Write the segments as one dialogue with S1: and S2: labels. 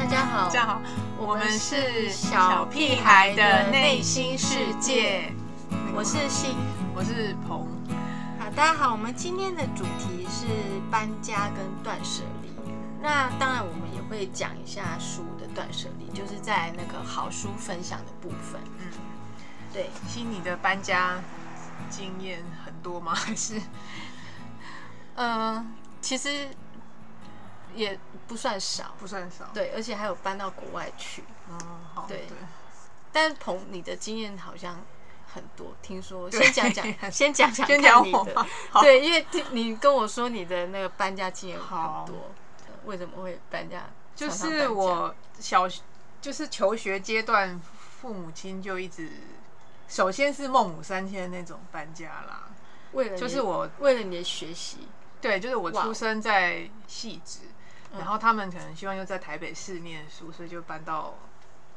S1: 好
S2: 这样好，我
S1: 们
S2: 们
S1: 是
S2: 是
S1: 小屁孩的内心世界。我是信。
S2: 我是鹏，
S1: 好，大家好，我们今天的主题是搬家跟断舍离。那当然，我们也会讲一下书的断舍离，就是在那个好书分享的部分。
S2: 嗯，
S1: 对，
S2: 心你的搬家经验很多吗？ 还是
S1: 嗯、其实也不算少，
S2: 不算少？
S1: 对，而且还有搬到国外去。
S2: 嗯，好，
S1: 对但鹏，你的经验好像很多，听说先讲 讲，先讲讲，
S2: 先讲
S1: 你
S2: 我
S1: 的
S2: 吗。？好，
S1: 对，因为听你跟我说你的那个搬家经验很
S2: 好
S1: 多，为什么会搬家？
S2: 就
S1: 常常
S2: 是
S1: 搬家
S2: 我小就是求学阶段，父母亲就一直，首先是孟母三迁那种搬家啦，
S1: 为了
S2: 就是
S1: 你
S2: 我
S1: 为了你的学习，
S2: 对，就是我
S1: 哇
S2: 出生在汐止，然后他们可能希望又在台北市念书，所以就搬到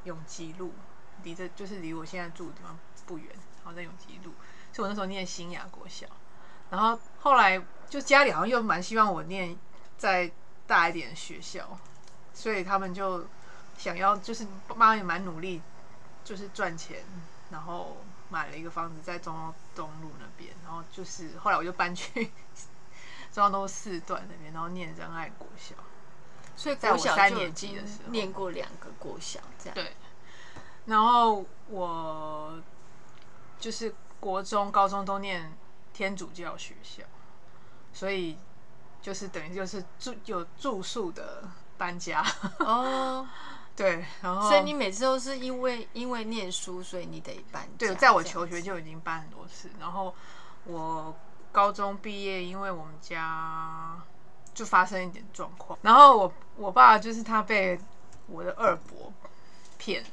S2: 永吉路，离这就是离我现在住的地方不远，然后在永吉路，所以我那时候念新雅国小，然后后来就家里好像又蛮希望我念再大一点的学校，所以他们就想要就是妈妈也蛮努力，就是赚钱，然后买了一个房子在中央东路那边，然后就是后来我就搬去中央东路四段那边，然后念仁爱国小。
S1: 所以
S2: 在
S1: 国
S2: 我
S1: 小
S2: 三
S1: 就已
S2: 年级的
S1: 经
S2: 时候
S1: 念过两个国小，这样
S2: 对然后我就是国中、高中都念天主教学校，所以就是等于就是住有住宿的搬家，
S1: 哦。
S2: 对，然后
S1: 所以你每次都是因为因为念书，所以你得搬家。
S2: 对，在我
S1: 这样
S2: 求学就已经搬很多次，然后我高中毕业，因为我们家就发生一点状况，然后我我爸就是他被我的二伯骗了，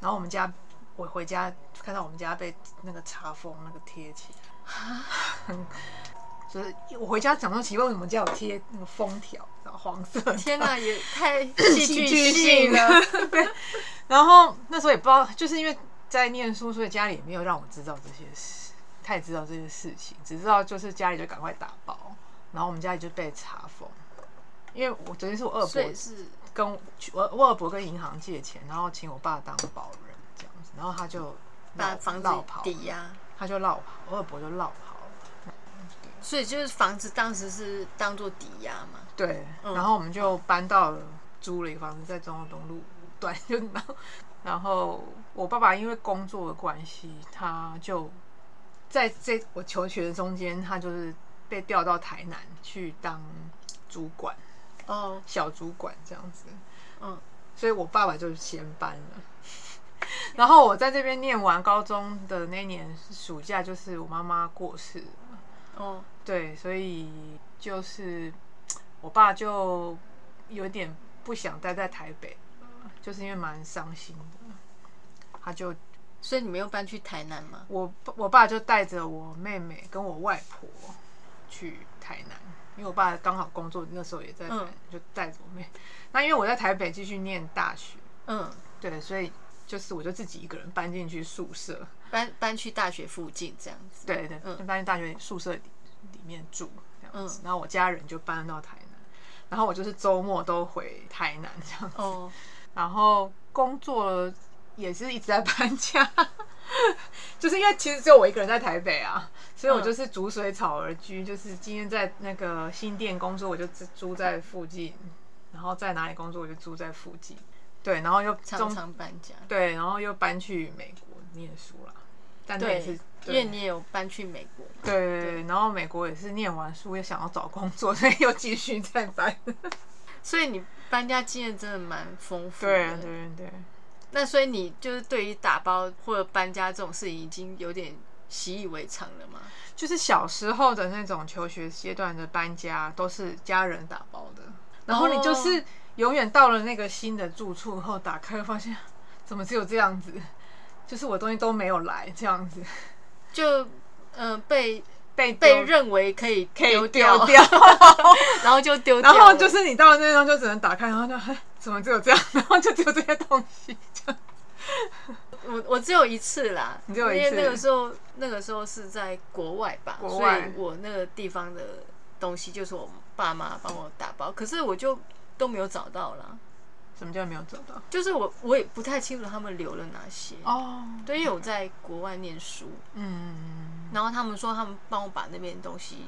S2: 然后我们家我回家看到我们家被那个查封那个贴起来，就是我回家想说奇怪，为什么家有贴那个封条，然后黄色的
S1: 天 哪，也太 戏剧 性了。
S2: 了。对，然后那时候也不知道，就是因为在念书，所以家里也没有让我知道这些事，他也知道这些事情，只知道就是家里就赶快打包，然后我们家里就被查封，因为我等于是我二
S1: 所
S2: 伯
S1: 以是
S2: 跟我我二伯跟银行借钱，然后请我爸当保人这样子，然后他就
S1: 把
S2: 绕
S1: 房
S2: 绕
S1: 子
S2: 跑，
S1: 抵押，
S2: 他就绕跑，我二伯就绕跑了。
S1: 所以就是房子当时是当做抵押嘛。
S2: 对，
S1: 嗯
S2: 然后我们就搬到了租了一个房子，在中央东路五段， 就然后然后我爸爸因为工作的关系，他就在这我求学的中间，他就是被调到台南去当主管，
S1: 哦，
S2: 小主管这样子，
S1: 嗯，
S2: 所以我爸爸就先搬了。 然后我在这边念完高中的那年暑假，就是我妈妈过世了
S1: 哦，
S2: 对，所以就是我爸就有点不想待在台北，就是因为蛮伤心的。他就
S1: 所以你没有搬去台南吗？
S2: 我我爸就带着我妹妹跟我外婆去台南，因为我爸刚好工作那时候也在台南，就带着我妹。那因为我在台北继续念大学，
S1: 嗯，
S2: 对，所以就是我就自己一个人搬进去宿舍，
S1: 搬搬去大学附近这样子。
S2: 对对，
S1: 嗯
S2: 就搬进大学宿舍里里面住这样子。然后我家人就搬到台南，然后我就是周末都回台南这样。
S1: 哦，
S2: 然后工作也是一直在搬家， 就是因为其实只有我一个人在台北啊，
S1: 嗯
S2: 所以我就是逐水草而居。就是今天在那个新店工作，我就住住在附近；然后在哪里工作，我就住在附近。对，然后又
S1: 常
S2: 中
S1: 常搬家。
S2: 对，然后又搬去美国念书啦。但那也
S1: 对
S2: 是，
S1: 因为你也有搬去美国。
S2: 对，然后美国也是念完书也想要找工作，所以又继续再搬。
S1: 所以你搬家经验真的蛮丰富的。
S2: 对啊对对，
S1: 那所以你就是对于打包或者搬家这种事情已经有点习以为常了吗？
S2: 就是小时候的那种求学阶段的搬家都是家人打包的，然后你就是永远到了那个新的住处后，打开发现怎么只有这样子，就是我东西都没有来这样子，
S1: 就呃被
S2: 被
S1: 被
S2: 丢
S1: 认为可以
S2: 可以
S1: 丢
S2: 掉，
S1: 然后就丢掉
S2: 然
S1: 了，
S2: 后就是你到了那地方就只能打开，然后就 哎怎么只有这样，然后就只有这些东西这样。
S1: 我我只有一次啦，
S2: 你只有一次
S1: 因为那个时候那个时候是在国外吧，
S2: 国外
S1: 所以我那个地方的东西就是我爸妈帮我打包，可是我就都没有找到啦。
S2: 什么叫没有找到？
S1: 就是我我也不太清楚他们留了哪些。
S2: 哦，
S1: 对，因为我在国外念书，
S2: 嗯，
S1: 然后他们说他们帮我把那边东西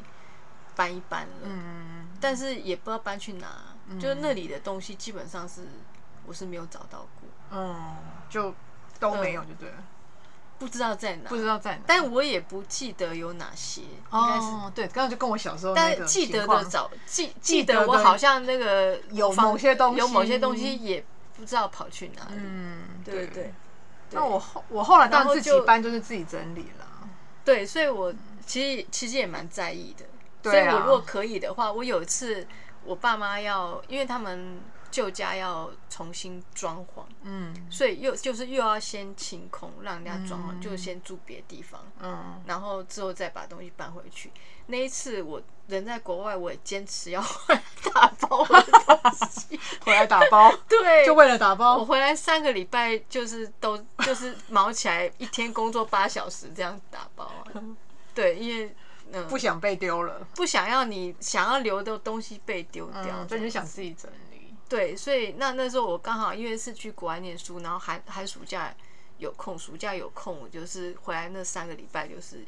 S1: 搬一搬了，
S2: 嗯
S1: 但是也不知道搬去哪，
S2: 嗯
S1: 就是那里的东西基本上是我是没有找到过，哦
S2: 嗯，就都没有就对了，
S1: 不知道在哪
S2: 不，知道在哪。
S1: 嗯
S2: 哦
S1: 但我也不记得有哪些，应该是。
S2: 哦，对，刚刚就跟我小时候那
S1: 但
S2: 个
S1: 记得
S2: 情况
S1: 的找记
S2: 记
S1: 记
S2: 得
S1: 得我
S2: 的
S1: 好像那个
S2: 有
S1: 房
S2: 某些东西
S1: 有某些东西也不知道跑去哪里。
S2: 嗯，
S1: 对对对。
S2: 那我后我后来当
S1: 然
S2: 然
S1: 后
S2: 自己
S1: 就
S2: 搬就是自己整理了，
S1: 对，所以我其实其实也蛮在意的。
S2: 对啊
S1: 所以我如果可以的话，我有一次我爸妈要，因为他们旧家要重新装潢，
S2: 嗯
S1: 所以又就是又要先清空，让人家装潢，
S2: 嗯
S1: 就先住别的地方，
S2: 嗯，
S1: 然后之后再把东西搬回去。那一次我人在国外，我也坚持要 回来打包 我的东西。
S2: 回来打包
S1: 对，
S2: 就为了打包
S1: 我，回来三个礼拜，就是都就是忙起来，一天工作八小时这样打包啊。
S2: 嗯
S1: 对，因为嗯、呃
S2: 不想被丢了，
S1: 不想要你想要留的东西被丢掉这样
S2: 嗯，
S1: 子、
S2: 所以就想自己整理，
S1: 对，所以那那时候我刚好因为是去国外念书，然后寒寒暑假有空，暑假有空，我就是回来那三个礼拜就是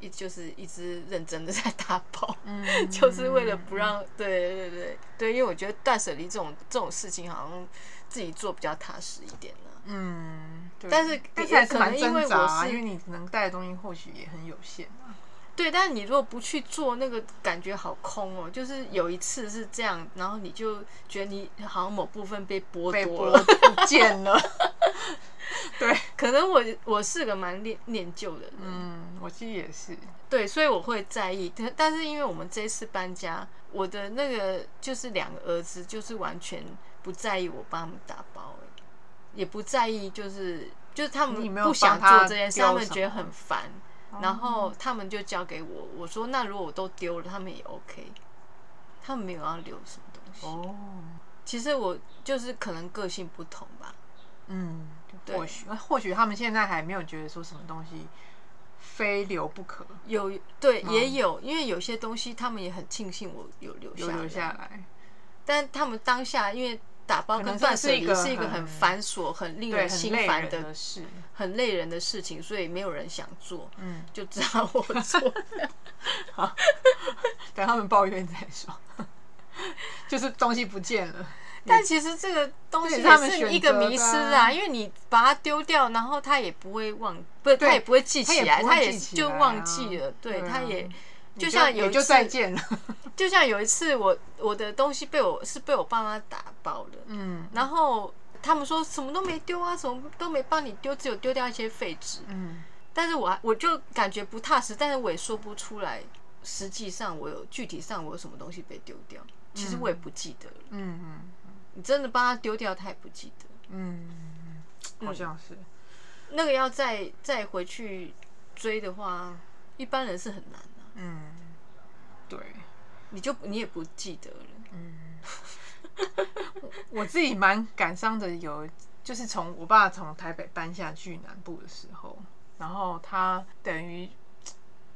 S1: 一就是一直认真的在打包，
S2: 嗯
S1: 就是为了不让对对对对，因为我觉得断舍离这种这种事情好像自己做比较踏实一点啊呢、
S2: 嗯，对
S1: 但是
S2: 但是
S1: 也
S2: 还是
S1: 可
S2: 蛮
S1: 能因
S2: 挣
S1: 为
S2: 扎
S1: 我
S2: 啊，
S1: 是
S2: 因为你能带的东西或许也很有限啊。
S1: 对，但是你如果不去做，那个感觉好空哦。就是有一次是这样，然后你就觉得你好像某部分被剥
S2: 被
S1: 夺
S2: 剥
S1: 了。
S2: 不 见了。对，
S1: 可能我我是个蛮念念旧的人，
S2: 嗯，我其实也是，
S1: 对，所以我会在意。但但是因为我们这次搬家，我的那个就是两个儿子，就是完全不在意我帮他们打包、欸也不在意，就是就是他
S2: 你
S1: 们
S2: 没有
S1: 不想
S2: 帮他
S1: 做这件事，
S2: 丢
S1: 他们
S2: 什
S1: 觉得
S2: 么
S1: 很烦，
S2: 哦
S1: 然后他们就交给我。我说那如果我都丢了，他们也 OK，他们没有要留什么东西。
S2: 哦，
S1: 其实我就是可能个性不同吧，
S2: 嗯，
S1: 对
S2: 或许或许他们现在还没有觉得说什么东西非留不可，
S1: 有对、
S2: 嗯
S1: 也有，因为有些东西他们也很庆幸我有留
S2: 有
S1: 下
S2: 留
S1: 来
S2: 下来。
S1: 但他们当下因为打包
S2: 可
S1: 跟
S2: 能
S1: 断
S2: 是
S1: 舍
S2: 一
S1: 离
S2: 个
S1: 是一个
S2: 很
S1: 很繁琐、很令
S2: 对，
S1: 人
S2: 很
S1: 心
S2: 累
S1: 烦
S2: 人
S1: 的、
S2: 的事，
S1: 很累人的事情，所以没有人想做，
S2: 嗯，
S1: 就只好我做。
S2: 等他们抱怨再说， 就是东西不见了，
S1: 但其实这个东西
S2: 这也是他们
S1: 也
S2: 选
S1: 是
S2: 择
S1: 一个迷失
S2: 的啊
S1: 啊，因为你把它丢掉，然后他也不会忘，不，
S2: 对
S1: 他也不会记起来，
S2: 他
S1: 他
S2: 也不会
S1: 也
S2: 记起来
S1: 就
S2: 啊
S1: 忘记了，对，
S2: 对啊
S1: 他也。
S2: 你
S1: 就像有
S2: 也
S1: 一
S2: 就
S1: 次
S2: 再见了，
S1: 就像有一次我我的东西被我是被我爸妈打包的，
S2: 嗯
S1: 然后他们说什么都没丢啊，什么都没帮你丢，只有丢掉一些废纸。
S2: 嗯，
S1: 但是我还我就感觉不踏实，但是我也说不出来，实际上我有具体上我有什么东西被丢掉，其实我也不记得了。
S2: 嗯嗯
S1: 你真的帮他丢掉，他也不记得。
S2: 嗯，好像是，
S1: 那个要再再回去追的话，一般人是很难的、
S2: 嗯，对，
S1: 你就你也不记得了。
S2: 我自己蛮感伤的有，就是从我爸从台北搬下去南部的时候，然后他等于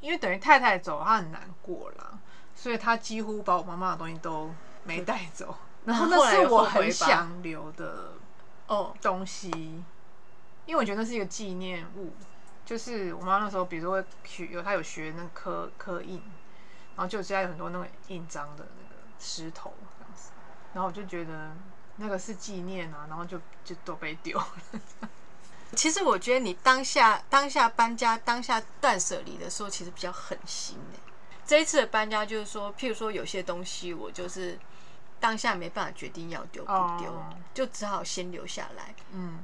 S2: 因为等于太太走，他很难过啦，所以他几乎把我妈妈的东西都没带走。然后
S1: 后
S2: 那
S1: 来
S2: 是
S1: 有
S2: 我
S1: 后悔
S2: 很
S1: 吧
S2: 想留的
S1: 哦，
S2: 东西，因为我觉得那是一个纪念物。就是我妈那时候，比如说会学有她有学那个刻刻印，然后就家有很多那个印章的那个石头这样子，然后我就觉得那个是纪念啊，然后就就都被 丢了。
S1: 其实我觉得你当下当下搬家、当下断舍离的时候，其实比较狠心的。这一次的搬家就是说，譬如说有些东西我就是当下没办法决定要丢不丢
S2: 哦
S1: 就只好先留下来，
S2: 嗯，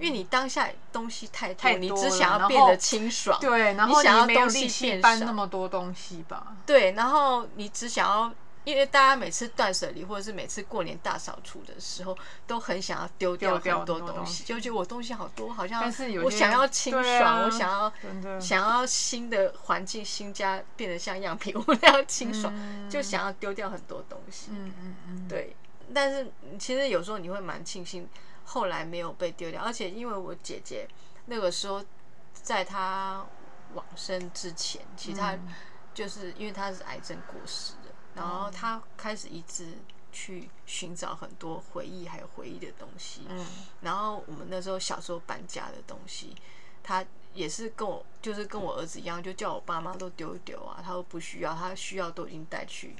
S1: 因为你当下东西太多，
S2: 太多
S1: 你只想
S2: 了
S1: 要变
S2: 然后
S1: 得清爽，
S2: 对，然后
S1: 你想要
S2: 没有
S1: 东西
S2: 力气
S1: 变
S2: 搬
S1: 少
S2: 那么多东西吧？
S1: 对，然后你只想要，因为大家每次断舍离或者是每次过年大扫除的时候，都很想要丢掉
S2: 丢掉
S1: 很多
S2: 很多
S1: 东
S2: 东
S1: 西，
S2: 西
S1: 就觉得我东西好多，好像
S2: 但是有
S1: 我
S2: 些
S1: 想要清
S2: 对
S1: 爽，
S2: 啊
S1: 我想要
S2: 真的
S1: 想要新的环境、新家变得像样品屋那样清爽，就想要丢掉很多东西。
S2: 嗯嗯嗯，
S1: 对，但是其实有时候你会蛮庆幸后来没有被丢掉，而且因为我姐姐那个时候在她往生之前，其实她就是因为她是癌症过世的，然后她开始移植去寻找很多回忆还有回忆的东西。
S2: 嗯
S1: 然后我们那时候小时候搬家的东西，他也是跟我就是跟我儿子一样，就叫我爸妈都丢一丢啊，他说不需要，他需要都已经带去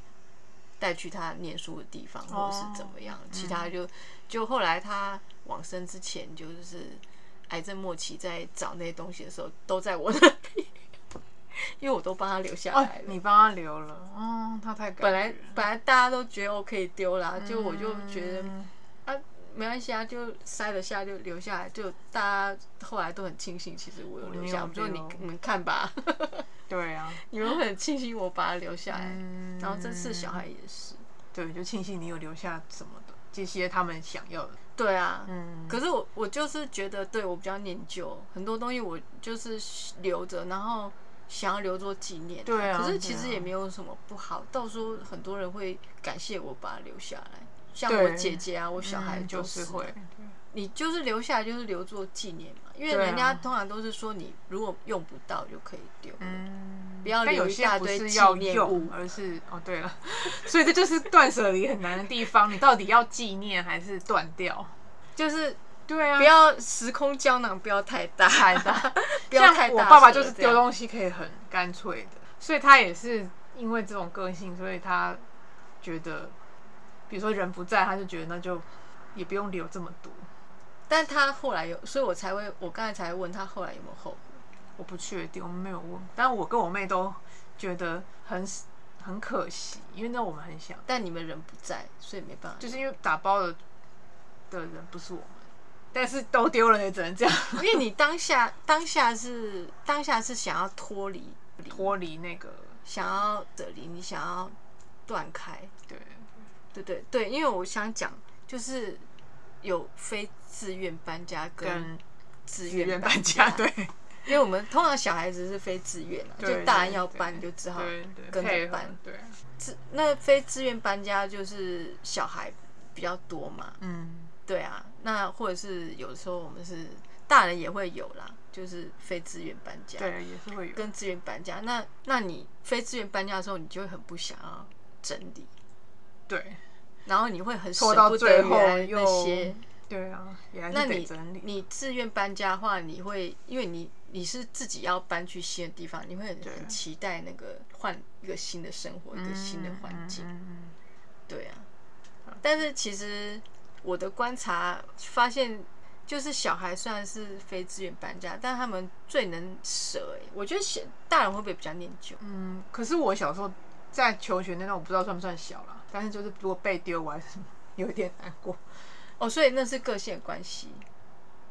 S1: 带去他念书的地方，或者是怎么样，其他就就后来他往生之前就是癌症末期，在找那些东西的时候，都在我那里，因为我都帮他留下
S2: 哦
S1: 来，了。
S2: 你帮他留了，哦，他太感
S1: 本来
S2: 人了
S1: 本来大家都觉得 OK 丢啦，就我就觉得。
S2: 嗯
S1: 啊，没关系啊，就塞得下就留下来，就大家后来都很庆幸，其实我有留下，
S2: 我
S1: 我
S2: 没有
S1: 说你
S2: 留
S1: 你们看吧，
S2: 对啊，
S1: 你们会很庆幸我把它留下来。
S2: 嗯
S1: 哎然后这次小孩也是，
S2: 对，就庆幸你有留下什么的这些他们想要的，
S1: 对啊，
S2: 嗯，
S1: 可是我我就是觉得，对我比较念旧，很多东西我就是留着，然后想要留作纪念、
S2: 对啊
S1: 可是
S2: 对
S1: 其实
S2: 啊
S1: 也没有什么不好，到时候很多人会感谢我把它留下来，像
S2: 对
S1: 我姐姐啊，我小孩、
S2: 嗯就是是会，
S1: 你就是留下来就是留作纪念嘛，因为
S2: 对啊
S1: 人家通常都是说你如果用不到就可以丢了，
S2: 嗯，
S1: 不要
S2: 但
S1: 留
S2: 有
S1: 一
S2: 些
S1: 大
S2: 不
S1: 堆
S2: 是
S1: 纪
S2: 要
S1: 念
S2: 用
S1: 物，
S2: 而是哦，对 了，所以这就是断舍离很难的地方，你到底要纪念还是断掉？
S1: 就是
S2: 对啊，
S1: 不要时空胶囊不要太大，
S2: 太 大，
S1: 不要太
S2: 像
S1: 大。
S2: 我爸爸就是
S1: 这
S2: 丢
S1: 样，
S2: 东西可以很干脆的，所以他也是因为这种个性，所以他觉得，比如说人不在，他就觉得那就也不用留这么多。
S1: 但他后来有，所以我才会，我刚才才问他后来有没有后悔。
S2: 我不确定，我们没有问，但我跟我妹都觉得很很可惜，因为那我们很想，
S1: 但你们人不在，所以没办法。
S2: 就是因为打包的的人不是我们，但是都丢了也只能这样
S1: 因为你当下当下是当下是想要脱离，
S2: 脱离那个
S1: 想要这离，你想要断开，
S2: 对
S1: 对对对，因为我想讲就是有非自愿搬家跟
S2: 跟
S1: 自
S2: 自愿
S1: 愿
S2: 搬
S1: 家，
S2: 家，对
S1: 因为我们通常小孩子是非自愿啊，
S2: 对
S1: 就大人要
S2: 对
S1: 搬你就只好
S2: 对对
S1: 跟
S2: 配
S1: 着
S2: 合
S1: 搬。
S2: 对，
S1: 自那非自愿搬家就是小孩比较多嘛，
S2: 嗯，
S1: 对啊，那或者是有时候我们是大人也会有啦，就是非自愿搬家，
S2: 对，也是会有，
S1: 跟自愿搬家。那那你非自愿搬家的时候，你就会很不想要整理，
S2: 对
S1: 然后你会很舍
S2: 拖到
S1: 不
S2: 最
S1: 得
S2: 后
S1: 原来
S2: 又
S1: 那些。
S2: 对啊，也还
S1: 那
S2: 是得
S1: 你
S2: 整理，
S1: 你自愿搬家的话，你会因为你你是自己要搬去新的地方，你会很
S2: 对啊
S1: 很期待那个换一个新的生活，一个新的环境，
S2: 嗯嗯嗯
S1: 对啊。但是其实我的观察发现，就是小孩虽然是非自愿搬家，但他们最能舍、欸。我觉得小大人会不会比较念旧？
S2: 嗯，可是我小时候在求学那段，我不知道算不算小啦，但是就是如果被丢，我还是有一点难过。
S1: 哦，所以那是个性的关系。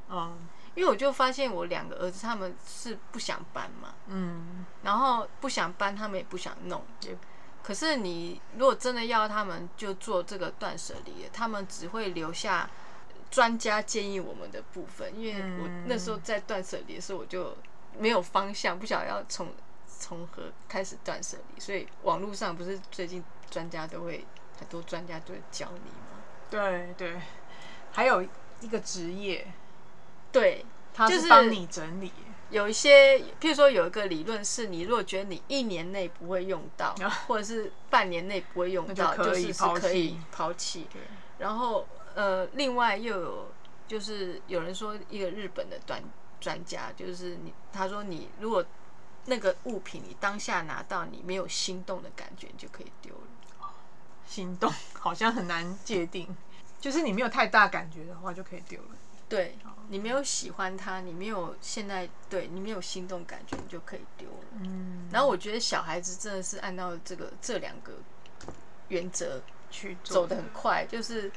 S2: 嗯
S1: 因为我就发现我两个儿子他们是不想搬嘛，
S2: 嗯，
S1: 然后不想搬，他们也不想弄。
S2: 也
S1: 可是你如果真的要他们就做这个断舍离，他们只会留下专家建议我们的部分，因为我
S2: 嗯
S1: 那时候在断舍离的时候我就没有方向，不晓得要从从何开始断舍离，所以网络上不是最近专家都会很多专家都会教你吗？
S2: 对对，还有一个职业，
S1: 对，
S2: 他
S1: 就是是
S2: 帮你整理。
S1: 有一些，譬如说有一个理论是，你如果觉得你一年内不会用到，或者是半年内不会用到，
S2: 啊那就
S1: 就
S2: 可以
S1: 是是
S2: 抛弃
S1: 可以抛弃。
S2: 对，
S1: 然后呃，另外又有就是有人说一个日本的专专家，就是你他说你如果那个物品你当下拿到你没有心动的感觉，你就可以丢了。
S2: 心动好像很难界定，就是你没有太大感觉的话，就可以丢了。
S1: 对你没有喜欢它，你没有现在对你没有心动感觉，你就可以丢了。
S2: 嗯，
S1: 然后我觉得小孩子真的是按照这个这两个原则
S2: 去
S1: 走
S2: 做
S1: 得很快，就是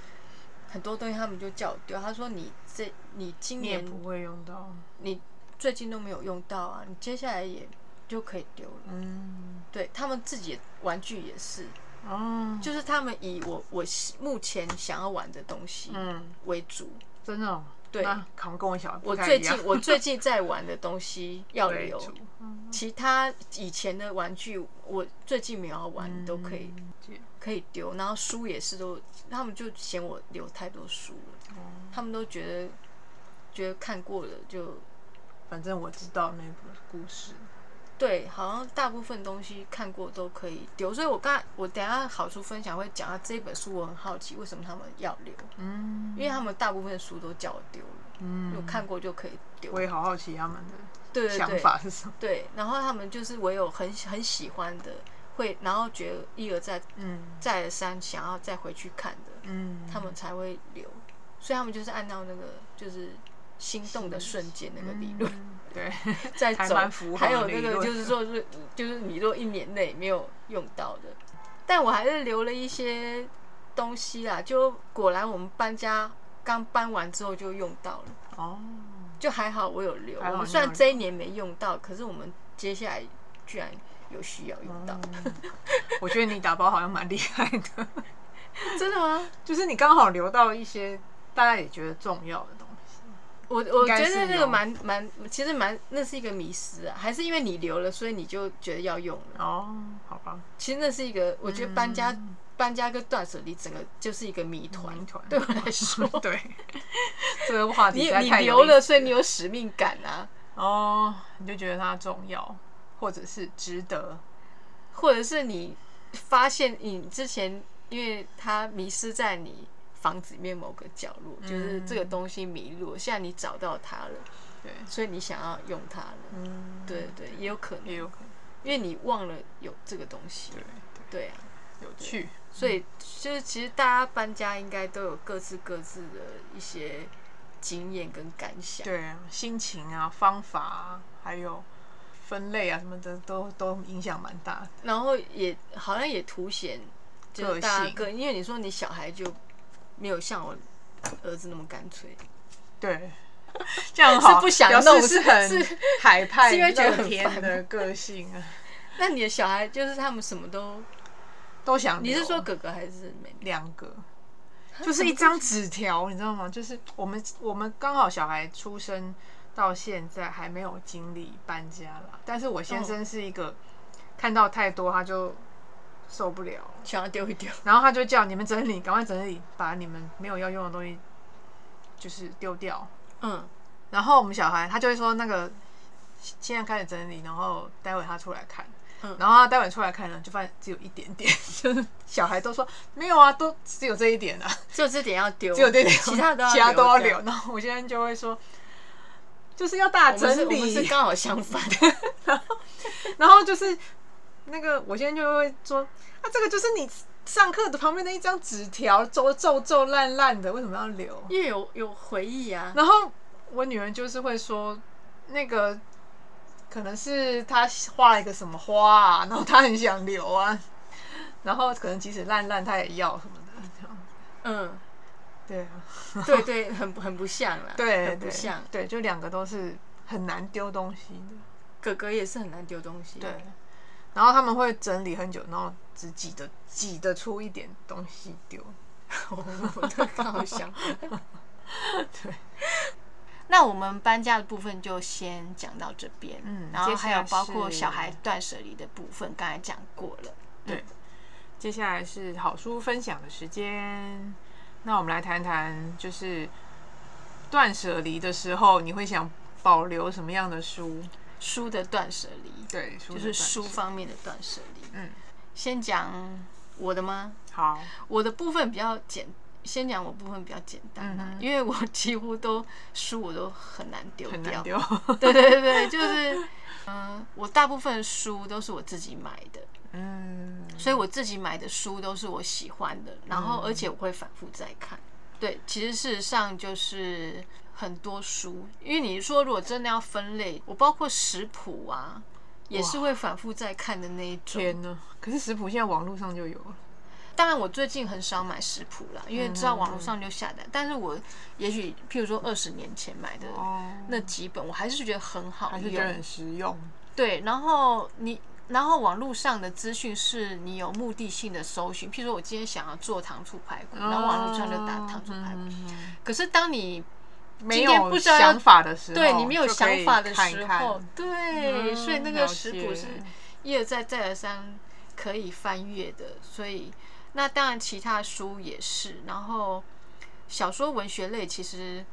S1: 很多东西他们就叫我丢。他说你这你今
S2: 你也
S1: 年
S2: 不会用到。
S1: 你最近都没有用到啊，你接下来也就可以丢了。
S2: 嗯，
S1: 对他们自己的玩具也是，
S2: 哦，
S1: 就是他们以我我目前想要玩的东西
S2: 嗯，
S1: 为主。
S2: 真的、哦，
S1: 对
S2: 那可能跟我小孩不
S1: 我
S2: 太
S1: 最
S2: 一样
S1: 近我 最近在玩的东西要
S2: 为
S1: 留，
S2: 主嗯
S1: 其他以前的玩具我最近没有要玩，都可以
S2: 嗯解
S1: 可以丢，然后书也是都，他们就嫌我留太多书了，
S2: 哦
S1: 他们都觉得觉得看过了就
S2: 反正我知道那个故事，
S1: 对，好像大部分东西看过都可以丢，所以我刚我等一下好书分享会讲到这一本书，我很好奇为什么他们要留，
S2: 嗯
S1: 因为他们大部分书都叫我丢了，有
S2: 嗯，
S1: 看过就可以丢
S2: 我。也好好奇他们的
S1: 对对
S2: 想
S1: 对，
S2: 法是什么。
S1: 对，然后他们就是我有很很喜欢的，会然后觉得一而再
S2: 嗯
S1: 再而三想要再回去看的，
S2: 嗯，
S1: 他们才会留，所以他们就是按照那个就是心动的瞬间那个理论
S2: 嗯对，
S1: 在
S2: 还
S1: 走
S2: 蛮符，合
S1: 还有
S2: 的
S1: 那
S2: 理
S1: 个
S2: 论
S1: 就是说是就是你若一年内没有用到的，但我还是留了一些东西啦，就果然我们搬家刚搬完之后就用到了，
S2: 哦，
S1: 就还好我有留，
S2: 还好
S1: 我们
S2: 你
S1: 虽然
S2: 有
S1: 这一年没用到，可是我们接下来居然有需要用到，
S2: 嗯 我觉得你打包好像蛮厉害的，
S1: 真的吗？
S2: 就是你刚好留到一些大家也觉得重要的东西。
S1: 我我
S2: 应该
S1: 觉
S2: 是
S1: 得那
S2: 有
S1: 个蛮蛮，其实蛮那是一个迷失啊，还是因为你留了，所以你就觉得要用了。
S2: 哦，好吧，
S1: 其实那是一个，我觉得搬家、
S2: 嗯
S1: 搬家跟断舍离整个就是一个谜团，
S2: 谜团，
S1: 对我来说
S2: 对， 这个话题
S1: 你
S2: 实在
S1: 你
S2: 太有
S1: 留
S2: 意
S1: 了，
S2: 思
S1: 所以你有使命感啊，
S2: 哦，你就觉得它重要，或者是值得，
S1: 或者是你发现你之前因为它迷失在你房子里面某个角落，就是这个
S2: 嗯
S1: 东西迷路，现在你找到它了，
S2: 对，
S1: 所以你想要用它了。
S2: 嗯，
S1: 对对，也有可能，
S2: 也有可能，
S1: 因为你忘了有这个东西。
S2: 对对，
S1: 对啊。
S2: 有趣，
S1: 所以就是其实大家搬家应该都有各自各自的一些经验跟感想。
S2: 对啊，心情啊，方法啊，还有分类啊什么的，都都影响蛮大的。
S1: 然后也好像也凸显就是大家
S2: 个性
S1: 各，因为你说你小孩就没有像我儿子那么干脆，
S2: 对， 这样好
S1: 是不想
S2: 表示
S1: 弄
S2: 是
S1: 是
S2: 很
S1: 是
S2: 海派、
S1: 是因为觉得很
S2: 乐天
S1: 烦
S2: 的个性啊，
S1: 那你的小孩就是他们什么都，
S2: 都想
S1: 你是
S2: 留
S1: 说哥哥还是妹妹？
S2: 两个，就是一张纸条，你知道吗？就是我们我们刚好小孩出生到现在还没有经历搬家啦，但是我
S1: 哦
S2: 先生是一个看到太多他就受不了，
S1: 想要丢一丢，
S2: 然后他就叫你们整理，赶快整理，把你们没有要用的东西就是丢掉。
S1: 嗯，
S2: 然后我们小孩他就会说那个现在开始整理，然后待会他出来看。
S1: 嗯
S2: 然后他待会出来看呢，就发现只有一点点， 就是小孩都说没有啊，都只有这一 点啊。
S1: 只有这点要丢，
S2: 只有这点，
S1: 其他都要
S2: 其他都要
S1: 留
S2: 留。
S1: 这样。
S2: 然后我现在就会说，就是要大
S1: 我们是
S2: 整
S1: 我们是
S2: 理，
S1: 刚好相反，
S2: 然后就是那个我现在就会说，啊，这个就是你上课的旁边的一张纸条，皱皱皱烂烂的，为什么要留？
S1: 因为有有回忆啊，
S2: 然后我女儿就是会说，那个可能是她画了一个什么花啊，然后她很想留啊，然后可能即使烂烂她也要什么的，这样
S1: 嗯，
S2: 对啊。
S1: 对对，很不很不像啦，
S2: 对，
S1: 很不
S2: 对
S1: 像。
S2: 对，就两个都是很难丢东西的，
S1: 哥哥也是很难丢东西。
S2: 对。然后他们会整理很久，然后只挤得挤得出一点东西丢。
S1: 我都刚好 想。对。那我们搬家的部分就先讲到这边，
S2: 嗯
S1: 然后还有
S2: 接下来
S1: 包
S2: 是
S1: 括小孩断舍离的部分，刚才讲过了。
S2: 接下来是好书分享的时间，那我们来谈谈就是断舍离的时候，你会想保留什么样的书？
S1: 书的断舍离，
S2: 对，
S1: 就
S2: 就是
S1: 书方面的断舍离。
S2: 嗯，
S1: 先讲我的吗？
S2: 好，
S1: 我的部分比较简，先讲我部分比较简单啦
S2: 嗯，哼
S1: 因为我几乎都书我都很难丢
S2: 很
S1: 掉
S2: 难。丢。
S1: 对对对，就是，嗯、我大部分书都是我自己买的，
S2: 嗯，
S1: 所以我自己买的书都是我喜欢的，然后而且我会反复再看。对，其实事实上就是很多书，因为你说如果真的要分类，我包括食谱啊，也是会反复再看的那一种。
S2: 天呐，可是食谱现在网络上就有了。
S1: 当然，我最近很少买食谱啦，
S2: 嗯
S1: 因为知道网络上就下载，但是我也许譬如说二十年前买的
S2: 哦，
S1: 那几本，我还是觉得很好
S2: 还是觉得
S1: 用。
S2: 很实用。
S1: 对，然后你，然后网络上的资讯是你有目的性的搜寻，譬如说我今天想要做糖醋排骨，然后网络上就打糖醋排骨。
S2: 嗯嗯
S1: 可是当你
S2: 没
S1: 今天
S2: 有
S1: 不知道要
S2: 想法的时候，
S1: 对你没有
S2: 就可
S1: 想
S2: 以
S1: 法的时候，
S2: 看一看
S1: 对，所以那
S2: 嗯
S1: 个
S2: 了
S1: 食
S2: 解
S1: 谱是一而再再而三可以翻阅的，所以那当然其他书也是，然后小说文学类其实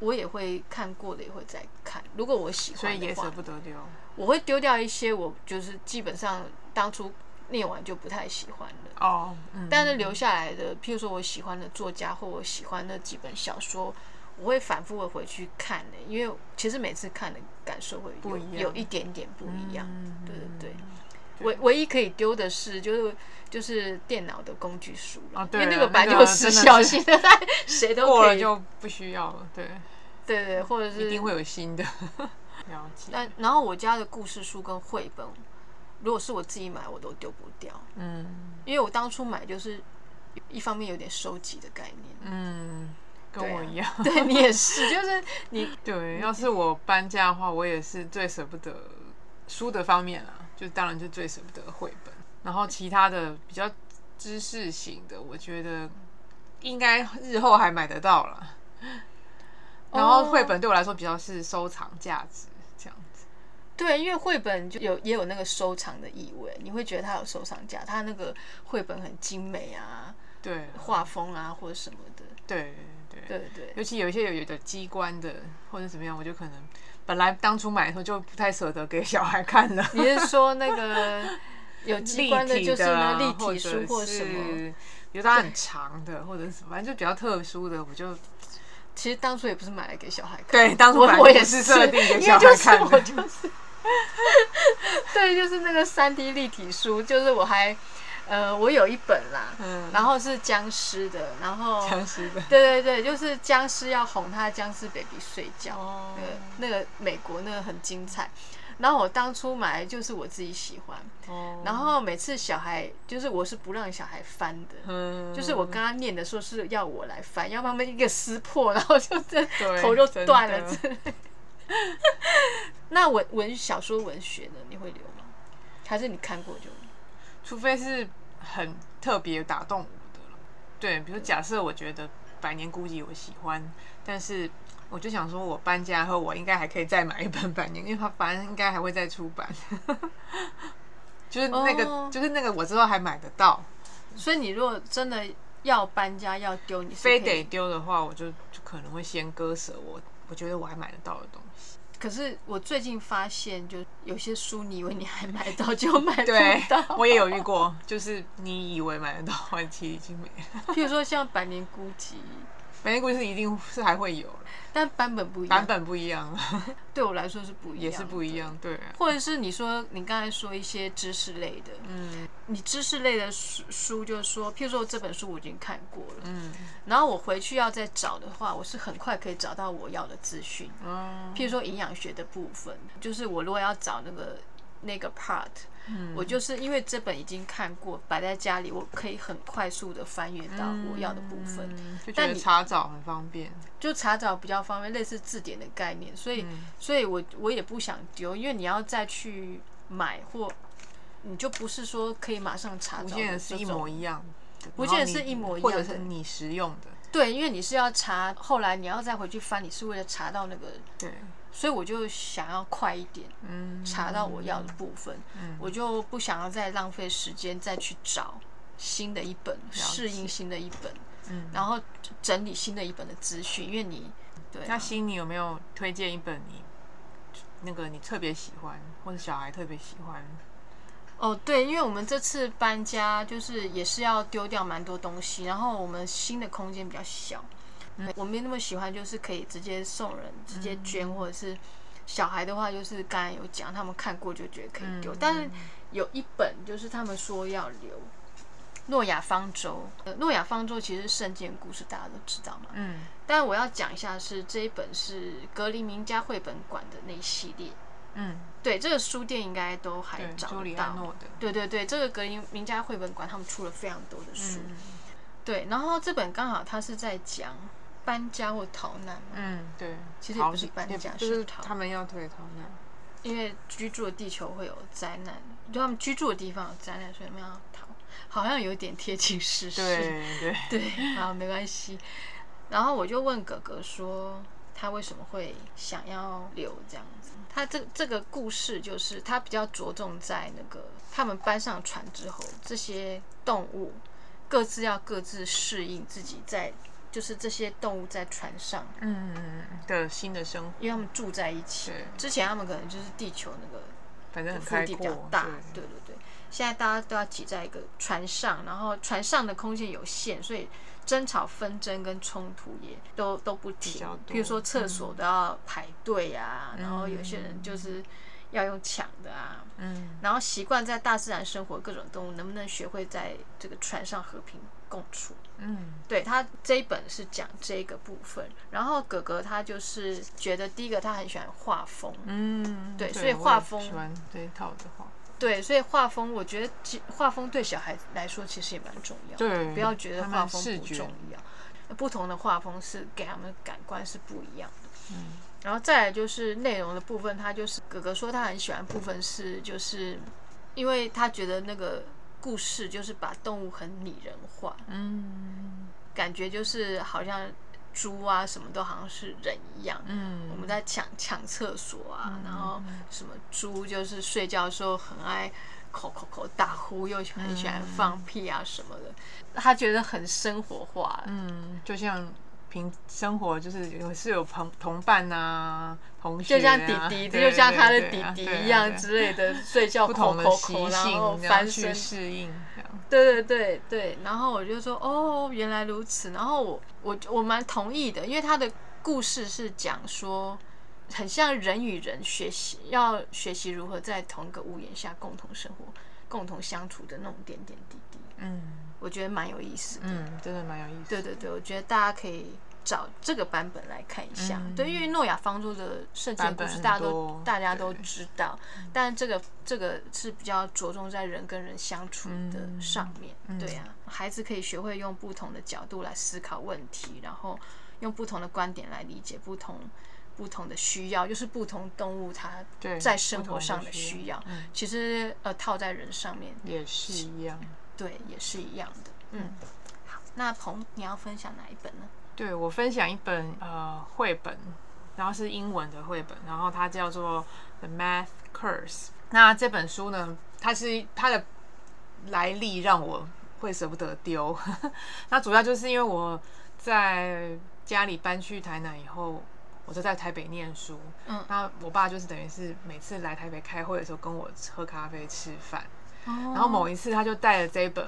S1: 我也会看过的，也会再看。如果我喜
S2: 所
S1: 欢
S2: 以也
S1: 的
S2: 舍
S1: 话，
S2: 不得丢。
S1: 我会丢掉一些我就是基本上当初念完就不太喜欢的。
S2: 哦，嗯，
S1: 但是留下来的，譬如说我喜欢的作家或我喜欢的几本小说，我会反复的回去看的、因为其实每次看的感受会
S2: 不
S1: 有
S2: 一样
S1: 有一点点不一样。
S2: 嗯
S1: 对对对。
S2: 对
S1: 唯唯一可以丢的是，就是就是电脑的工具书了，
S2: 哦对
S1: 因为那个
S2: 啊那
S1: 本来
S2: 个
S1: 就有时
S2: 真的
S1: 效
S2: 是
S1: 性， 现在谁都
S2: 过
S1: 可
S2: 了
S1: 以
S2: 就不需要了，对，
S1: 对对，或者
S2: 一
S1: 是
S2: 定会有新的。 了解，
S1: 嗯但然后我家的故事书跟绘本，如果是我自己买，我都丢不掉，
S2: 嗯
S1: 因为我当初买就是一一方面有点收集的概念。
S2: 嗯，跟
S1: 对
S2: 我
S1: 啊
S2: 一样。
S1: 对你也是，就是你
S2: 对，要是我搬家的话，我也是最舍不得书的方面啦，就当然就最舍不得绘本。然后其他的比较知识型的，我觉得应该日后还买得到啦。然
S1: 哦
S2: 后绘本对我来说比较是收藏价值这样子。
S1: 对，因为绘本就有也有那个收藏的意味，你会觉得它有收藏价，它那个绘本很精美啊，
S2: 对啊
S1: 画风啊或者什么的，
S2: 对对对，
S1: 对对
S2: 尤其有一些有有的机关的或者怎么样，我就可能本来当初买的时候就不太舍得给小孩看了。
S1: 你是说那个有 机
S2: 立
S1: 关的，
S2: 体
S1: 就是那
S2: 啊
S1: 立
S2: 或
S1: 体
S2: 者
S1: 书或什么？
S2: 是比如它很长的，或者是反正就比较特殊的，我就
S1: 其实当初也不是买来给小孩看的，
S2: 对当初
S1: 我
S2: 本来
S1: 我
S2: 就
S1: 也
S2: 不是设定给
S1: 因
S2: 小
S1: 为
S2: 孩
S1: 就是
S2: 看
S1: 我
S2: 的
S1: 就是 对，就是那个三 D 立体书，就是我还呃，我有一本啦，
S2: 嗯，
S1: 然后是僵尸的，然后
S2: 僵尸的
S1: 对对对，就是僵尸要哄他僵尸 baby 睡觉，
S2: 哦
S1: 那个那个美国那个很精彩。然后我当初买的就是我自己喜欢，
S2: 哦
S1: 然后每次小孩就是我是不让小孩翻的，
S2: 嗯
S1: 就是我刚刚念的时候是要我来翻，要不然他们一个撕破，然后就这
S2: 对
S1: 头就
S2: 真
S1: 断了
S2: 的
S1: 之类的。 那文文小说文学呢，你会留吗？还是你看过就？
S2: 除非是很特别打动我的了，对，
S1: 嗯
S2: 比如假设我觉得《百年孤寂》我喜欢，但是。我就想说，我搬家后我应该还可以再买一本《百年》，因为它反正应该还会再出版， 就是那个
S1: 哦
S2: 就是那个我之后还买得到，
S1: 所以你如果真的要搬家要丢，你是
S2: 非
S1: 可以
S2: 得丢的话，我就就可能会先割舍我我觉得我还买得到的东 西。
S1: 可是我最近发现，就有些书，你以为你还买 到，就买
S2: 对
S1: 不到。，
S2: 我也有遇过，就是你以为买得到，其实已经没了。
S1: 譬如说像《百年孤寂》，
S2: 百年故事一定是还会有，
S1: 但版本 不一样，
S2: 版本不一样，
S1: 对我来说是不一样，
S2: 也是不一。样，对啊。
S1: 或者是你说你刚才说一些知识类的，
S2: 嗯
S1: 你知识类的书书，就是说，譬如说这本书我已经看过了，
S2: 嗯
S1: 然后我回去要再找的话，我是很快可以找到我要的资讯。
S2: 嗯
S1: 譬如说营养学的部分，就是我如果要找那个那个 part，、
S2: 嗯
S1: 我就是因为这本已经看过，摆在家里，我可以很快速的翻阅到我要的部分，
S2: 嗯就觉
S1: 但
S2: 得
S1: 你
S2: 查找很方便。
S1: 就查找比较方便，类似字典的概念，所以，
S2: 嗯
S1: 所以我我也不想丢，因为你要再去买或。你就不是说可以马上查
S2: 不
S1: 找
S2: 见
S1: 的
S2: 得是
S1: 这
S2: 一
S1: 种
S2: 模一样的，
S1: 不见得
S2: 然后
S1: 是
S2: 你
S1: 一模一
S2: 或
S1: 样
S2: 者
S1: 的
S2: 是你实用的，
S1: 对，因为你是要查，后来你要再回去翻，你是为了查到那个，
S2: 对，
S1: 所以我就想要快一点
S2: 嗯，
S1: 查到我要的部分，
S2: 嗯
S1: 我就不想要再浪费时间再去找新的一本，
S2: 解
S1: 适应新的一本，
S2: 嗯。
S1: 然后整理新的一本的资讯，因为你对啊、
S2: 那心你有没有推荐一本你那个你特别喜欢，或者小孩特别喜欢？
S1: 哦对，因为我们这次搬家就是也是要丢掉蛮多东西，然后我们新的空间比较小，嗯我没那么喜欢，就是可以直接送人、直
S2: 嗯
S1: 接捐，或者是小孩的话，就是刚才有讲，他们看过就觉得可以丢，
S2: 嗯
S1: 但是有一本就是他们说要留。诺亚方舟，呃，诺亚方舟其实是圣经故事，大家都知道嘛。
S2: 嗯
S1: 但我要讲一下是这一本是格林名家绘本馆的那一系列，
S2: 嗯，
S1: 对，这个书店应该都还
S2: 对，
S1: 找
S2: 朱
S1: 得
S2: 里安
S1: 到。
S2: 诺的，
S1: 对对对，这个格林名家绘本馆他们出了非常多的书，
S2: 嗯
S1: 对，然后这本刚好它是在讲搬家或逃难嘛，
S2: 嗯，对，
S1: 其实也
S2: 逃
S1: 不是
S2: 离
S1: 搬
S2: 也
S1: 家
S2: 就是是
S1: 逃
S2: 他们要对逃难，
S1: 因为居住的地球会有灾难，就他们居住的地方有灾难，所以他们要逃，好像有点贴近事实。
S2: 对对，
S1: 对，好，没关系。然后我就问哥哥说，他为什么会想要留这样子？他这这个故事就是他比较着重在那个他们搬上船之后，这些动物各自要各自适应自己在就是这些动物在船上，
S2: 嗯嗯嗯的新的生活，
S1: 因为他们住在一起
S2: 对。
S1: 之前他们可能就是地球那个
S2: 反正很
S1: 腹
S2: 开
S1: 地
S2: 阔，
S1: 比较大，
S2: 对
S1: 对对对。现在大家都要挤在一个船上，然后船上的空间有限，所以争吵、纷争跟冲突也都都不
S2: 比
S1: 停
S2: 较。多
S1: 比如说厕所都要排队啊，然后有些人
S2: 嗯
S1: 就是要用抢的啊。
S2: 嗯，
S1: 然后习惯在大自然生活，各种动物能不能学会在这个船上和平共处？
S2: 嗯
S1: 对他这一本是讲这个部分，然后哥哥他就是觉得第一个他很喜欢画风，
S2: 嗯，
S1: 对
S2: 对，
S1: 所以
S2: 我
S1: 画
S2: 也
S1: 风
S2: 喜欢这一套的画，
S1: 对，所以画风，我觉得其画风对小孩来说其实也蛮重要的。
S2: 对
S1: 不要觉得
S2: 他
S1: 画
S2: 们
S1: 风
S2: 视
S1: 不
S2: 觉
S1: 重要，不同的画风是给他们的感官是不一样的。
S2: 嗯，
S1: 然后再来就是内容的部分，他就是哥哥说他很喜欢部分是就是，因为他觉得那个故事就是把动物很拟人化，
S2: 嗯
S1: 感觉就是好像猪啊什么都好像是人一样。
S2: 嗯，
S1: 我们在抢抢厕所啊，然后什么猪就是睡觉的时候很爱口口口打呼，又很喜欢放屁啊什么的，他觉得很生活化。
S2: 嗯，就像平生活就是有是有朋同伴啊，同学、
S1: 就
S2: 啊，
S1: 像弟弟，
S2: 对
S1: 就像他的
S2: 对
S1: 弟
S2: 对啊
S1: 弟
S2: 对啊
S1: 一样
S2: 对啊
S1: 之类的，睡觉
S2: 不
S1: 口
S2: 同的
S1: 口
S2: 习
S1: 口，然后
S2: 性，
S1: 翻
S2: 去
S1: 身，
S2: 适应这样。
S1: 对对对对。然后我就说，哦，原来如此。然后我我我蛮同意的，因为他的故事是讲说，很像人与人学习，要学习如何在同一个屋檐下共同生活、共同相处的那种点点滴滴。
S2: 嗯
S1: 我觉得蛮有意思的。
S2: 嗯，真的蛮有意思。
S1: 对对对，我觉得大家可以找这个版本来看一下。
S2: 嗯
S1: 对，因为诺亚方舟的圣经
S2: 版
S1: 故
S2: 本
S1: 事
S2: 很
S1: 大家都
S2: 多
S1: 大家都
S2: 对嗯
S1: 知道，但这个这个是比较着重在人跟人相处的
S2: 嗯
S1: 上面。
S2: 嗯
S1: 对啊，孩子可以学会用不同的角度来思考问题，然后用不同的观点来理解不同。不同的需要，就是不同动物它
S2: 对，
S1: 在生
S2: 不同
S1: 活上的
S2: 需
S1: 需要，
S2: 嗯
S1: 其实呃套在人上面
S2: 也是一样。
S1: 对，也是一样的。嗯，好，那鹏，你要分享哪一本呢？
S2: 对我分享一本呃绘本，然后是英文的绘本，然后它叫做《The Math Curse》。那这本书呢，它是它的来历让我会舍不得丢。 那主要就是因为我在家里搬去台南以后，我就在台北念书。
S1: 嗯
S2: 那我爸就是等于是每次来台北开会的时候，跟我喝咖啡吃饭。
S1: 然
S2: 然后某一次，他就带了这一本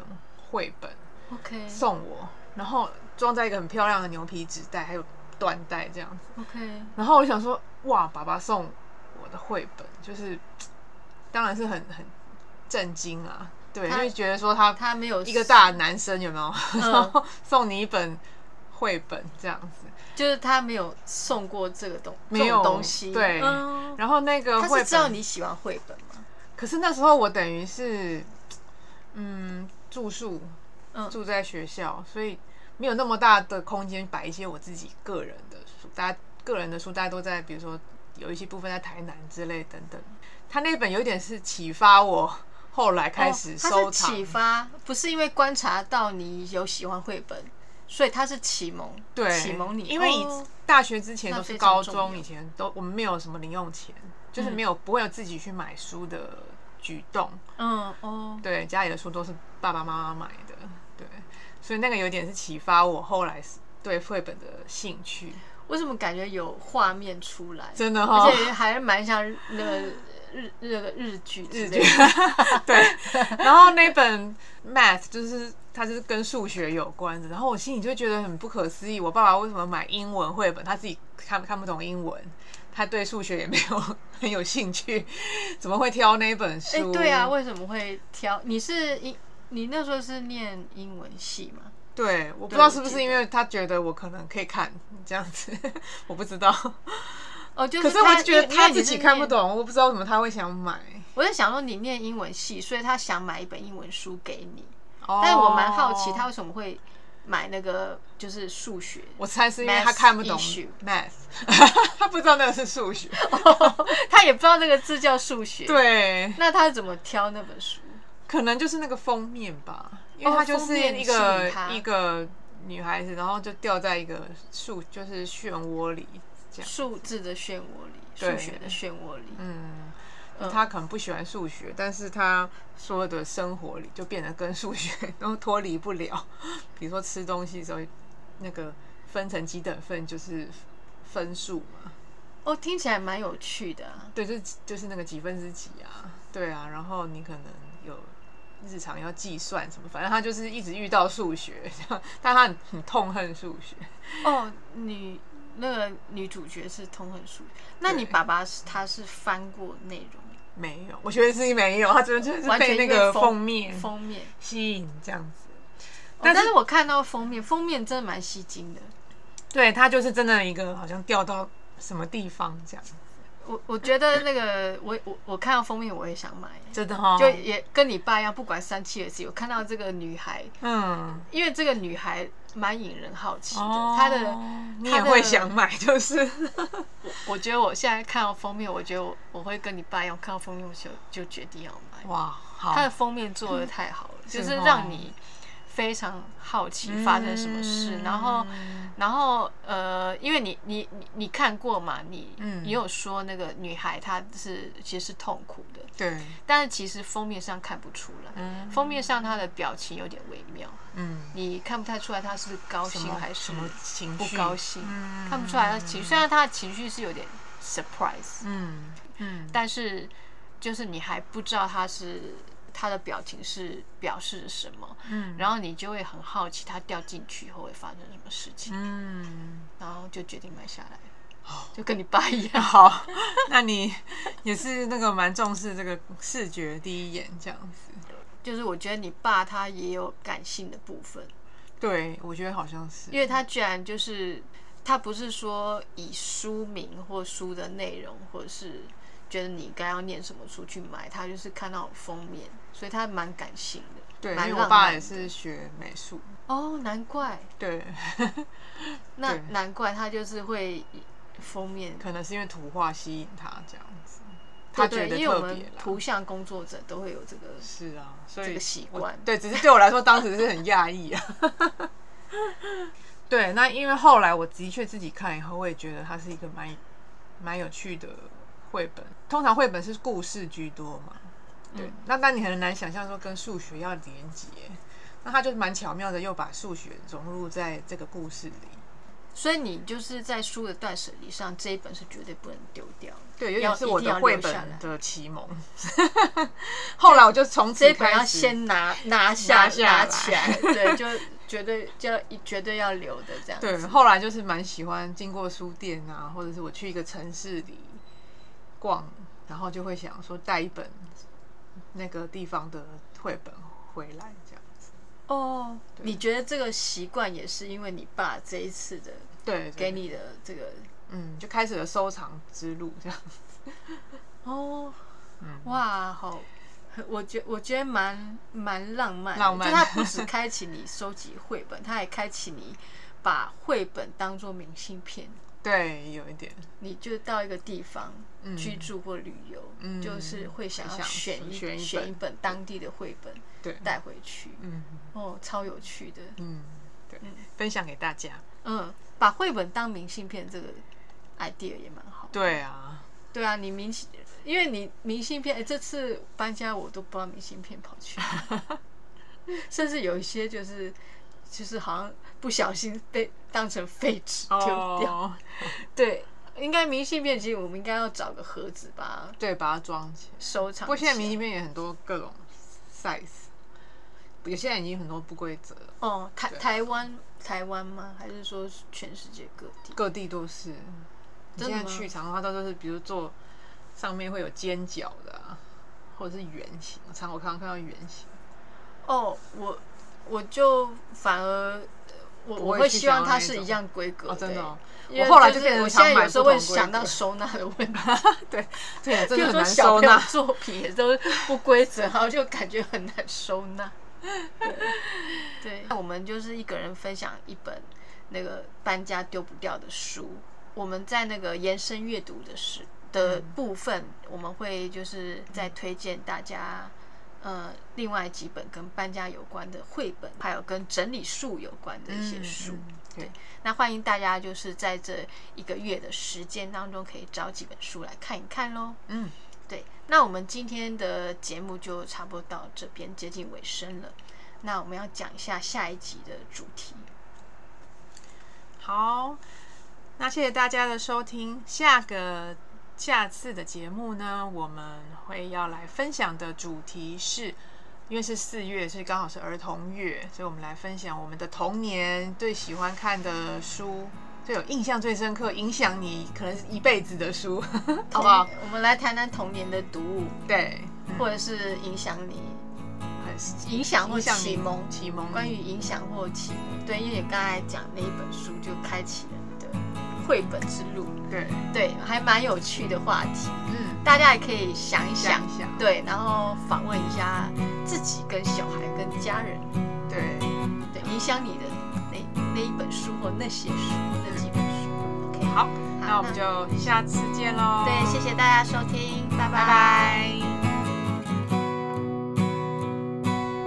S2: 绘本
S1: OK
S2: 送我，然后装在一个很漂亮的牛皮纸袋，还有缎带这样子。
S1: OK，
S2: 然后我就想说，哇，爸爸送我的绘本，就是当然是很很震惊啊，对，因
S1: 他
S2: 为觉得说他
S1: 他没有
S2: 一个，大男生有没有，
S1: 嗯
S2: 然后送你一本绘本这样子。
S1: 就是他没有送过这个东
S2: 没有
S1: 这种东西，
S2: 对
S1: 嗯
S2: 然后那个
S1: 他
S2: 绘
S1: 是知道
S2: 本，
S1: 你喜欢绘本吗？
S2: 可是那时候我等于是嗯住宿，
S1: 嗯
S2: 住在学校，所以没有那么大的空间摆一些我自己个人的书，大家个人的书大家都在，比如说有一些部分在台南之类等等。他那本有点是启发我后来开始
S1: 哦
S2: 收
S1: 他是
S2: 藏，
S1: 启发，不是因为观察到你有喜欢绘本，所以他是启蒙，
S2: 对，
S1: 启蒙你，
S2: 因为以
S1: 哦
S2: 大学之前
S1: 那
S2: 都是
S1: 非常
S2: 高
S1: 重
S2: 中
S1: 要
S2: 以前都我们没有什么零用钱，就是没有不会有自己去买书的举动。
S1: 嗯哦，
S2: 对，家里的书都是爸爸妈妈买的，对，所以那个有点是启发我后来是对绘本的兴趣，
S1: 为什么感觉有画面出来？
S2: 真的哦哈、
S1: 而且还是蛮像那个日那个日剧之类的，
S2: 对，然后那本 math 就是它就是跟数学有关的，然后我心里就觉得很不可思议，我爸爸为什么买英文绘本，他自己看看不懂英文，他对数学也没有 很有兴趣，怎么会挑那本
S1: 哎、
S2: 书？
S1: 对啊，，为什么会挑？你是英，你那时候是念英文系吗？
S2: 对，我不
S1: 对
S2: 知道
S1: 我
S2: 是不
S1: 记
S2: 是因为他觉得我可能可以看这样子， 我不知道，
S1: 哦，就是
S2: 可是
S1: 他
S2: 我觉得
S1: 因
S2: 他
S1: 因为
S2: 自
S1: 你是
S2: 己看不
S1: 念。
S2: 懂，我不知道为什么他会想买。
S1: 我在想说，你念英文系，所以他想买一本英文书给你。
S2: 哦
S1: 但是我蛮好奇，他为什么会买那个就是数学？
S2: 我猜是因为他
S1: math
S2: 看不懂
S1: issue
S2: math，他不知道那个是数学。
S1: 他也不知道那个字叫数学。，
S2: 对，
S1: 那他怎么挑那本书？
S2: 可能就是那个封面吧，因为
S1: 哦
S2: 它就
S1: 封
S2: 是
S1: 面
S2: 一
S1: 吸
S2: 个
S1: 引他
S2: 一个女孩子，然后就掉在一个树，就是漩涡里这样。
S1: 数字的漩涡里，数
S2: 对
S1: 学的漩涡里。
S2: 嗯，
S1: 嗯
S2: 她可能不喜欢数学，但是她所有的生活 里就变得跟数学都脱离不了，比如说吃东西的时候，那个分成几等份，就是分数嘛。
S1: 哦，听起来蛮有趣的啊、
S2: 对，就是就是那个几分之几啊，对啊，然后你可能有日常要计算什么，反正他就是一直遇到数学， 这样但他很很痛恨数学。
S1: 哦，女那个女主角是痛恨书，那你
S2: 对
S1: 爸爸是他是翻过内容，
S2: 没有，我觉得是没有，他真的就是
S1: 完全
S2: 被那
S1: 因为
S2: 个
S1: 封
S2: 封面
S1: 封面。
S2: 吸引这样子。
S1: 哦
S2: 但
S1: 但
S2: 是
S1: 是我看到封面，封面真的蛮吸睛的。
S2: 对他就是真的一个好像掉到什么地方这样，
S1: 我我觉得那个我我我看到封面我也想买，
S2: 真的哈、
S1: 就也跟你爸一样，不管三七二十一，我看到这个女孩，
S2: 嗯，
S1: 因为这个女孩蛮引人好奇的，
S2: 哦
S1: 她的
S2: 你
S1: 她
S2: 也
S1: 的
S2: 会想买，就是
S1: 我觉得我现在看到封面，我觉得我我会跟你爸一样，看到封面我就就决定要买。
S2: 哇，
S1: 它的
S2: 好，
S1: 封面做的太好了，就是是
S2: 哦
S1: 让你非常好奇发生什么事，
S2: 嗯
S1: 然后。然后，呃，因为你你你你看过嘛，你、
S2: 嗯
S1: 你有说那个女孩她是其实是痛苦的，
S2: 对，
S1: 但是其实封面上看不出来，
S2: 嗯
S1: 封面上她的表情有点微妙，
S2: 嗯，
S1: 你看不太出来她是不是高
S2: 什
S1: 兴
S2: 么
S1: 还是
S2: 什么情
S1: 不
S2: 绪
S1: 高兴，
S2: 嗯
S1: 看不出来她情绪。虽然她的情绪是有点 surprise，、
S2: 嗯嗯
S1: 但是就是你还不知道她是她的表情是表示着什么，
S2: 嗯
S1: 然后你就会很好奇她掉进去以后会发生什么事情，
S2: 嗯，
S1: 然后就决定买下来，就跟你爸一样。
S2: 好， 那你也是那个蛮重视这个视觉第一眼这样子。
S1: 就是我觉得你爸他也有感性的部分，
S2: 对，我觉得好像是，
S1: 因为他居然就是他不是说以书名或书的内容，或者是觉得你该要念什么书去买，他就是看到封面，所以他蛮感性的，
S2: 对，因
S1: 蛮
S2: 为
S1: 浪
S2: 我爸
S1: 漫
S2: 也
S1: 的
S2: 是学美术，
S1: 哦，难怪，
S2: 对，
S1: 那
S2: 对
S1: 难怪他就是会以封面，
S2: 可能是因为图画吸引他这样子，他
S1: 对
S2: 觉
S1: 对，
S2: 得
S1: 因为我
S2: 特别
S1: 们
S2: 啦。
S1: 图像工作者都会有这个
S2: 是啊，所以
S1: 这个习
S2: 我
S1: 惯
S2: 对，只是对我来说当时是很讶异啊。 对，那因为后来我的确自己看以后，我也觉得它是一个蛮蛮有趣的绘本。通常绘本是故事居多嘛，对，
S1: 嗯
S2: 那那你很难想象说跟数学要连结，那他就蛮巧妙的又把数学融入在这个故事里。
S1: 所以你就是在书的断舍离上，这一本是绝对不能丢掉的。
S2: 对，有
S1: 要
S2: 点是我
S1: 一定要
S2: 的
S1: 留
S2: 绘
S1: 下来
S2: 本的启蒙。 后来我就从
S1: 这一
S2: 此
S1: 本要
S2: 开始，
S1: 先拿拿下
S2: 拿下来
S1: 起来，对， 就绝对就要绝对要留的这样
S2: 对，
S1: 子。
S2: 后来就是蛮喜欢经过书店啊，或者是我去一个城市里逛，然后就会想说带一本那个地方的绘本回来，这样子。
S1: 哦，你觉得这个习惯也是因为你爸这一次的
S2: 对，对
S1: 给，你的这个
S2: 嗯，就开始了收藏之路，这样。
S1: 哦
S2: 嗯，
S1: 哇，好，我觉我觉得蛮蛮浪漫的，
S2: 浪漫
S1: 就它不止开启你收集绘本，它还开启你把绘本当做明信片，
S2: 对，有一点。
S1: 你就到一个地方居住或旅游，
S2: 嗯
S1: 就是会想要
S2: 想
S1: 选一
S2: 选一
S1: 选
S2: 本
S1: 一本当地的绘本
S2: 对，
S1: 带回去，
S2: 嗯
S1: 哦，超有趣的。
S2: 嗯，对，分享给大家。
S1: 嗯，把绘本当明信片这个 idea 也蛮好。
S2: 对啊，
S1: 对啊，你明信，因为你明信片，哎、这次搬家我都不知道明信片跑去 哪，甚至有一些就是就是好像不小心被当成废纸丢掉。
S2: 哦，
S1: 对，应该明信片其实我们应该要找个盒子吧，
S2: 对，把它装起来。
S1: 收藏起来。
S2: 不过现在明信片也很多各种 size，有些人已经很多不规则了，
S1: 哦，台
S2: 对
S1: 台湾台湾吗？还是说是全世界各地？
S2: 各地都是。你
S1: 真
S2: 现
S1: 的
S2: 在
S1: 吗
S2: 去常常它都是，比如做上面会有尖角的、啊，或者是圆形，常我常常看到圆形。
S1: 哦，我我就反而呃我
S2: 不
S1: 我
S2: 会
S1: 会
S2: 去
S1: 希望
S2: 想要
S1: 它
S2: 那一
S1: 是一
S2: 种
S1: 样规格
S2: 哦，真的、
S1: 欸
S2: 哦，
S1: 因为
S2: 我后来
S1: 就
S2: 就是变成
S1: 我
S2: 常
S1: 现在
S2: 买
S1: 有时候
S2: 不
S1: 会
S2: 同规
S1: 想到
S2: 格
S1: 收纳的问题，
S2: 对对啊，真
S1: 比
S2: 的
S1: 如
S2: 很
S1: 说小
S2: 难收
S1: 朋友
S2: 纳。
S1: 作品也都不规则，然后就感觉很难收纳。对，对我们就是一个人分享一本那个搬家丢不掉的书。我们在那个延伸阅读的时的部分，我们会就是再推荐大家。呃，另外几本跟搬家有关的绘本，还有跟整理术有关的一些书，
S2: 嗯嗯对，
S1: 那欢迎大家就是在这一个月的时间当中，可以找几本书来看一看喽。
S2: 嗯，
S1: 对，那我们今天的节目就差不多到这边接近尾声了。那我们要讲一下下一集的主题。
S2: 好，那谢谢大家的收听。下个下次的节目呢，我们会要来分享的主题是，因为是四月，所以刚好是儿童月，所以我们来分享我们的童年最喜欢看的书，最有印象最深刻、影响你可能是一辈子的书，好不好？
S1: 我们来谈谈童年的读物，
S2: 对，嗯
S1: 或者是影响你、
S2: 很
S1: 影响或启蒙。
S2: 启蒙
S1: 关于影响或启蒙，对，因为你刚才讲那一本书就开启了你的绘本之路，
S2: 对，
S1: 对，还蛮有趣的话题，
S2: 嗯，
S1: 大家也可以想一想
S2: 想，一想，
S1: 对，然后访问一下自己跟小孩跟家人，
S2: 对，
S1: 对，影响你的那那一本书或那些书那几本书，OK，
S2: 好，那我们就下次见喽，
S1: 对，谢谢大家收听，拜
S2: 拜
S1: 拜
S2: 拜。